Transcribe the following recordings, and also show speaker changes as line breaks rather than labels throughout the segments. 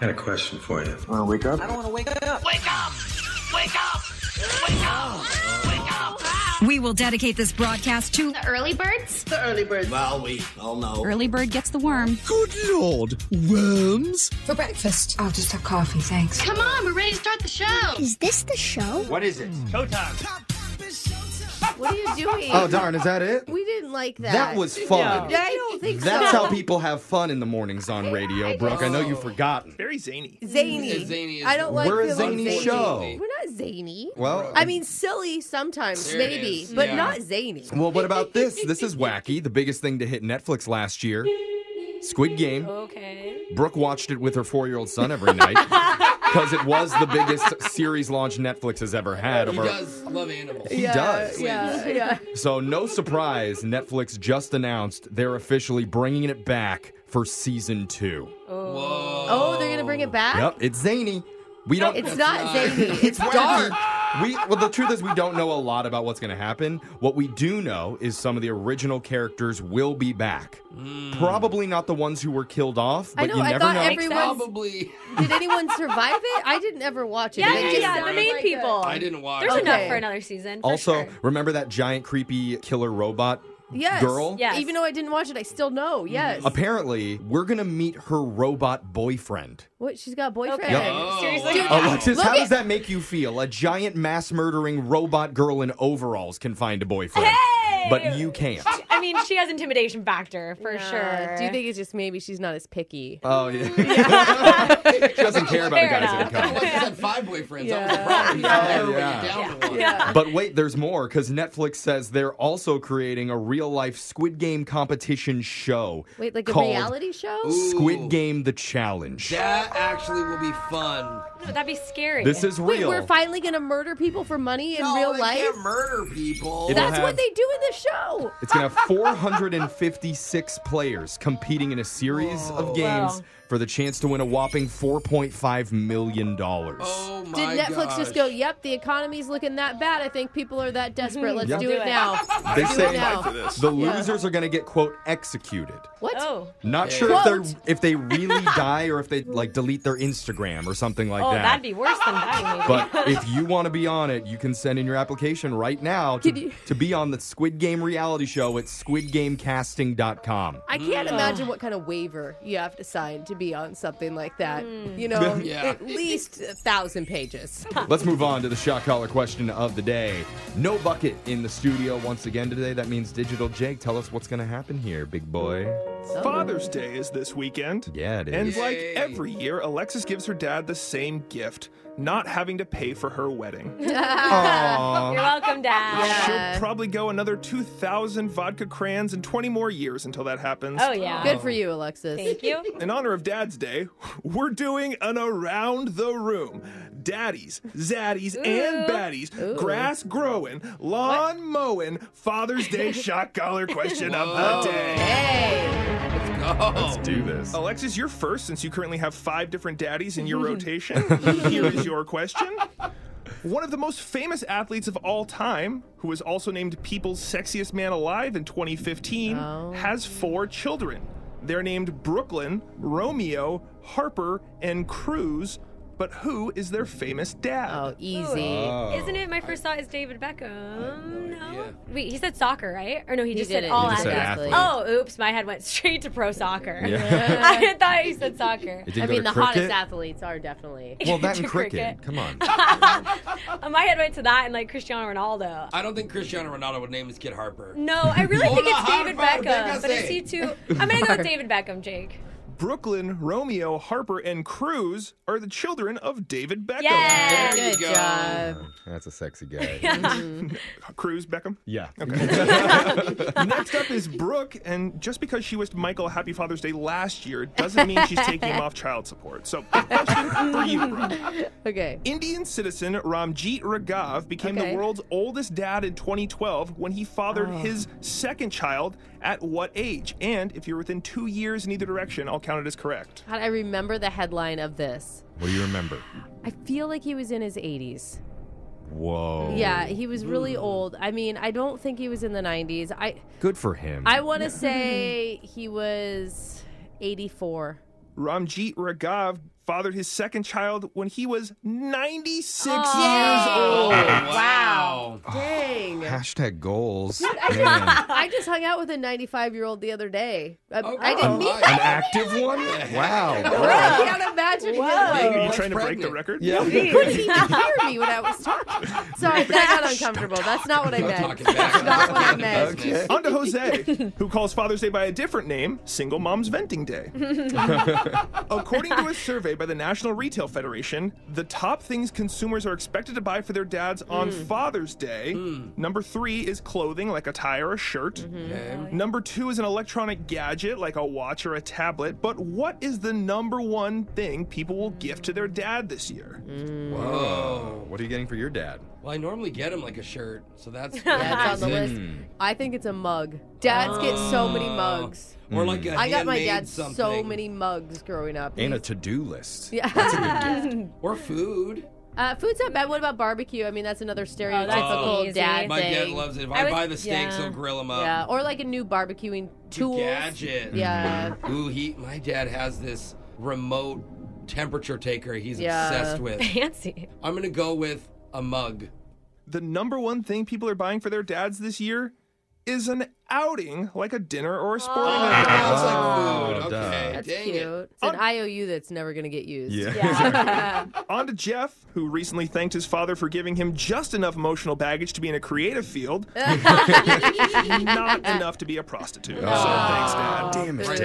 got a question for you.
Want to wake up?
I don't want to wake up.
Wake up! Wake up! Wake up! Wake up!
We will dedicate this broadcast to
The early birds?
The early birds.
Well, we all know.
Early Bird Gets the Worm.
Good lord, worms?
For breakfast. I'll just have coffee, thanks.
Come on, we're ready to start the show.
Is this the show?
What is it?
Showtime!
What are you doing?
Oh, darn, is that it?
We didn't like that.
That was fun.
Yeah, I don't think
That's
so.
how people have fun in the mornings on radio, Brooke. I know
Oh.
you've forgotten.
Very zany.
zany.
zany is-
I don't like.
We're a
feeling
zany show.
We're not zany.
Well,
I mean, silly sometimes,
There it
maybe,
is.
but
Yeah.
not zany.
well, what about this? This is wacky. The biggest thing to hit Netflix last year. Squid Game.
Okay.
Brooke watched it with her four-year-old son every night because it was the biggest series launch Netflix has ever had.
He
Of our-
does love animals.
He does.
Yeah, yeah.
So no surprise, Netflix just announced they're officially bringing it back for season two.
Whoa.
Oh, they're gonna bring it back.
Yep, it's zany. We don't.
It's not
That's
zany. It's dark.
We well, the truth is, we don't know a lot about what's going to happen. What we do know is some of the original characters will be back. Probably not the ones who were killed off, but
Hmm. I know.
you
I
never
thought
know.
everyone.
Probably.
Did anyone survive it? I didn't ever watch it. It
Yeah, yeah,
just
yeah. The
sounded
main
like
people.
a-
I didn't watch.
There's
it.
Okay.
enough for another season. for
also,
sure.
remember that giant creepy killer robot
Yes.
girl? Mm-hmm.
Yes.
Even though I didn't watch it, I still know. Yes.
Apparently, we're gonna meet her robot boyfriend.
What? She's got a boyfriend.
Okay.
Yep.
Oh,
Seriously?
wow.
Alexis,
Look
how
at-
does that make you feel? A giant mass murdering robot girl in overalls can find a boyfriend,
Hey!
but you can't.
I mean, she has intimidation factor for
Yeah.
sure.
Uh, Do you think it's just maybe she's not as picky?
Oh yeah. she doesn't care about the
Fair
guys that
enough.
come.
Alexis had five boyfriends. That was
Yeah.
the problem. He's
Yeah.
never
Yeah.
been down to one.
But wait, there's more because Netflix says they're also creating a real life Squid Game competition show.
Wait, like a
called
reality show?
Ooh.
Squid Game: The Challenge.
That actually will be fun.
No, that'd be scary.
This is
Wait,
real.
we're finally gonna murder people for money in
No,
real
they
life?
can't murder people.
It- They'll
That's
have-
what they do in the show.
It's going to have 456 players competing in a series of games
Wow.
for the chance to win a whopping $4.5 million.
oh my
Did Netflix just
gosh.
go, yep, the economy's looking that bad. I think people are that desperate. Let's
Yeah.
do
Do
it
it.
now.
They
do it
say
now.
the losers are going to get, quote, executed.
What?
oh,
Not
Yeah.
sure if
Quote.
they're if they really die or if they like delete their Instagram or something like
oh,
that.
that'd be worse than dying. Maybe.
But if you want to be on it, you can send in your application right now
Did
to,
you-
to be on the Squid Game reality show at squidgamecasting.com.
I can't
Mm.
imagine what kind of waiver you have to sign to be on something like that. You know,
Yeah.
at least a thousand pages.
Let's move on to the shot collar question of the day. No bucket in the studio once again today. That means Digital Jake. Tell us what's going to happen here, big boy.
Father's Day is this weekend.
Yeah, it
And
is.
like
Yay.
every year, Alexis gives her dad the same gift, not having to pay for her wedding.
Aw.
You're welcome, Dad.
Yeah.
She'll probably go another 2,000 vodka crayons and 20 more years until that happens.
Oh yeah.
Good for you, Alexis.
Thank you.
In honor of Dad's Day, we're doing an around the room. Daddies, zaddies, and baddies, grass growing, lawn mowing, Father's Day shot collar question of the day.
Hey.
Oh,
Do this.
Alexis, you're first since you currently have five different daddies in your rotation. Here is your question. One of the most famous athletes of all time, who was also named People's Sexiest Man Alive in 2015, has four children. They're named Brooklyn, Romeo, Harper, and Cruz. But who is their famous dad?
Oh, easy.
Uh,
Isn't it? My first thought is David Beckham. No.
idea.
Wait, he said soccer, right? Or no, he just
did
said
it.
all
He just said
athletes.
athlete.
Oh, oops! My head went straight to pro soccer.
Yeah.
I thought he said soccer.
It didn't
I
go
mean,
to
the
cricket.
hottest athletes are definitely.
Well, that and
To
cricket.
cricket.
Come on.
Uh, My head went to that and like Cristiano Ronaldo.
I don't think Cristiano Ronaldo would name his kid Harper.
No, I really
Hola,
think it's David
Harper,
Beckham. But
véngase.
is he too? I'm gonna go with David Beckham, Jake.
Brooklyn, Romeo, Harper, and Cruz are the children of David Beckham.
Yeah.
There you
Good
go.
job.
That's a sexy guy.
Cruz Beckham.
Yeah.
Next up is Brooke, and just because she wished Michael a happy Father's Day last year doesn't mean she's taking him off child support. So, question for you, Brooke.
Okay.
Indian citizen Ramjeet Raghav became
Okay.
the world's oldest dad in 2012 when he fathered his second child at what age? And if you're within two years in either direction, I'll count it as correct.
God, I remember the headline of this.
What do you remember?
I feel like he was in his 80s.
Whoa.
Yeah, he was really old. I mean, I don't think he was in the 90s. I
Good for him.
I want to say he was 84.
Ramjeet Raghav fathered his second child when he was 96
Yay!
years old.
Oh, Wow.
Dang.
Hashtag goals. Man.
I just hung out with a 95 year old the other day. I,
Oh,
I
wow.
didn't meet
An active one? Wow.
I can't imagine him
Are
like,
you
Whoa.
trying to break the
Pregnant.
record?
Yeah.
couldn't even hear me when I was talking. Sorry, that got uncomfortable. That's not what I
I'm
meant.
talking back.
Not what I
Talking
meant.
business.
On to Jose, who calls Father's Day by a different name, Single Mom's Venting Day. According to a survey by the National Retail Federation, the top things consumers are expected to buy for their dads on Father's Day number three is clothing, like a tie or a shirt.
Mm-hmm. Okay.
Number two is an electronic gadget, like a watch or a tablet. But what is the number one thing people will gift to their dad this year?
Whoa.
What are you getting for your dad?
Well, I normally get him like a shirt, so that's
That's on the list.
Mm.
I think it's a mug. Dads get so many mugs.
Or
Hmm.
like a
I got my
handmade
dad
Oh. something.
so many mugs growing up.
And a
He's-
to do list.
yeah.
Or food.
uh, food's not bad. What about barbecue? I mean, that's another stereotypical
easy.
dad
Oh, My
thing.
dad loves it. If I,
I would-
buy the steaks,
yeah.
he'll grill them up.
yeah, or like a new barbecuing tool.
Gadget. Mm-hmm.
Yeah.
Ooh, he. My dad has this remote temperature taker. He's
Yeah.
obsessed with.
Fancy.
I'm gonna go with a mug.
The number one thing people are buying for their dads this year is an outing, like a dinner or a sporting event.
Sounds like food.
Oh, duh.
Okay,
That's
dang
cute.
it. Oh.
It's an IOU that's never going to get used.
On to Jeff, who recently thanked his father for giving him just enough emotional baggage to be in a creative field, not enough to be a prostitute. So
Ah.
thanks, Dad.
Oh, Damn it,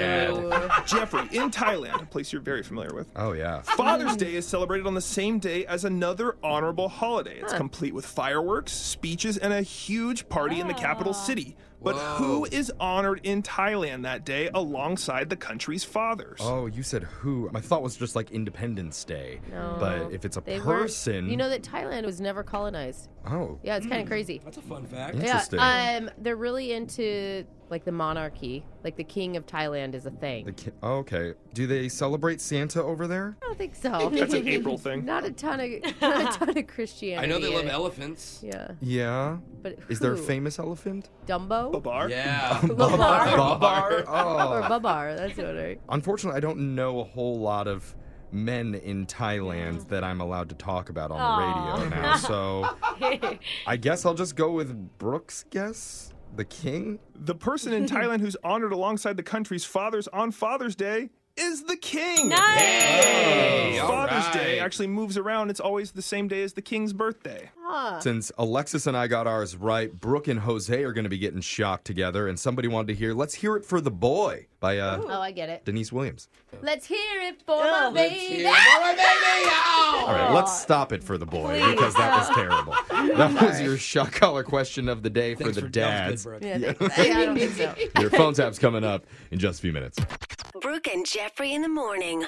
dad.
Jeffrey, in Thailand, a place you're very familiar with.
Oh, yeah.
Father's Day is celebrated on the same day as another honorable holiday. It's complete with fireworks, speeches, and a huge party in the capital city. But who is honored in Thailand that day alongside the country's fathers?
Oh, you said who? My thought was just like Independence Day. But if it's a
uh-huh. They were-
person.
You know that Thailand was never colonized.
oh,
Yeah, it's kind
Mm.
of crazy.
That's a fun fact.
Yeah,
interesting.
um, they're really into like the monarchy. Like the king of Thailand is a thing.
The ki- oh, okay. Do they celebrate Santa over there?
I don't think so.
That's an April thing.
not a ton of not a ton of Christianity.
I know they
in
love
it.
elephants.
Yeah,
Yeah.
but
Is there a
who?
famous elephant?
Dumbo
Babar?
Yeah.
Babar.
Babar.
or
Oh.
Babar? That's what I.
Unfortunately, I don't know a whole lot of men in Thailand that I'm allowed to talk about on the radio now. So I guess I'll just go with Brooks' guess. The king?
The person in Thailand who's honored alongside the country's fathers on Father's Day is the king.
Hey, all
Father's Day
right.
actually moves around. It's always the same day as the king's birthday.
Since Alexis and I got ours right, Brooke and Jose are going to be getting shocked together, and somebody wanted to hear Let's Hear It for the Boy by uh,
Oh, I get it.
Denise Williams.
Let's hear it for my
Let's
baby.
hear it. All right, baby.
All
Oh.
right, let's stop it for the boy because that was terrible. That was your shock collar question of the day for
Thanks
the
for- that
dads.
was good, Brooke.
Yeah, thanks. Yeah, I don't think so.
Your phone tap's coming up in just a few minutes.
Brooke and Jeffrey in the morning.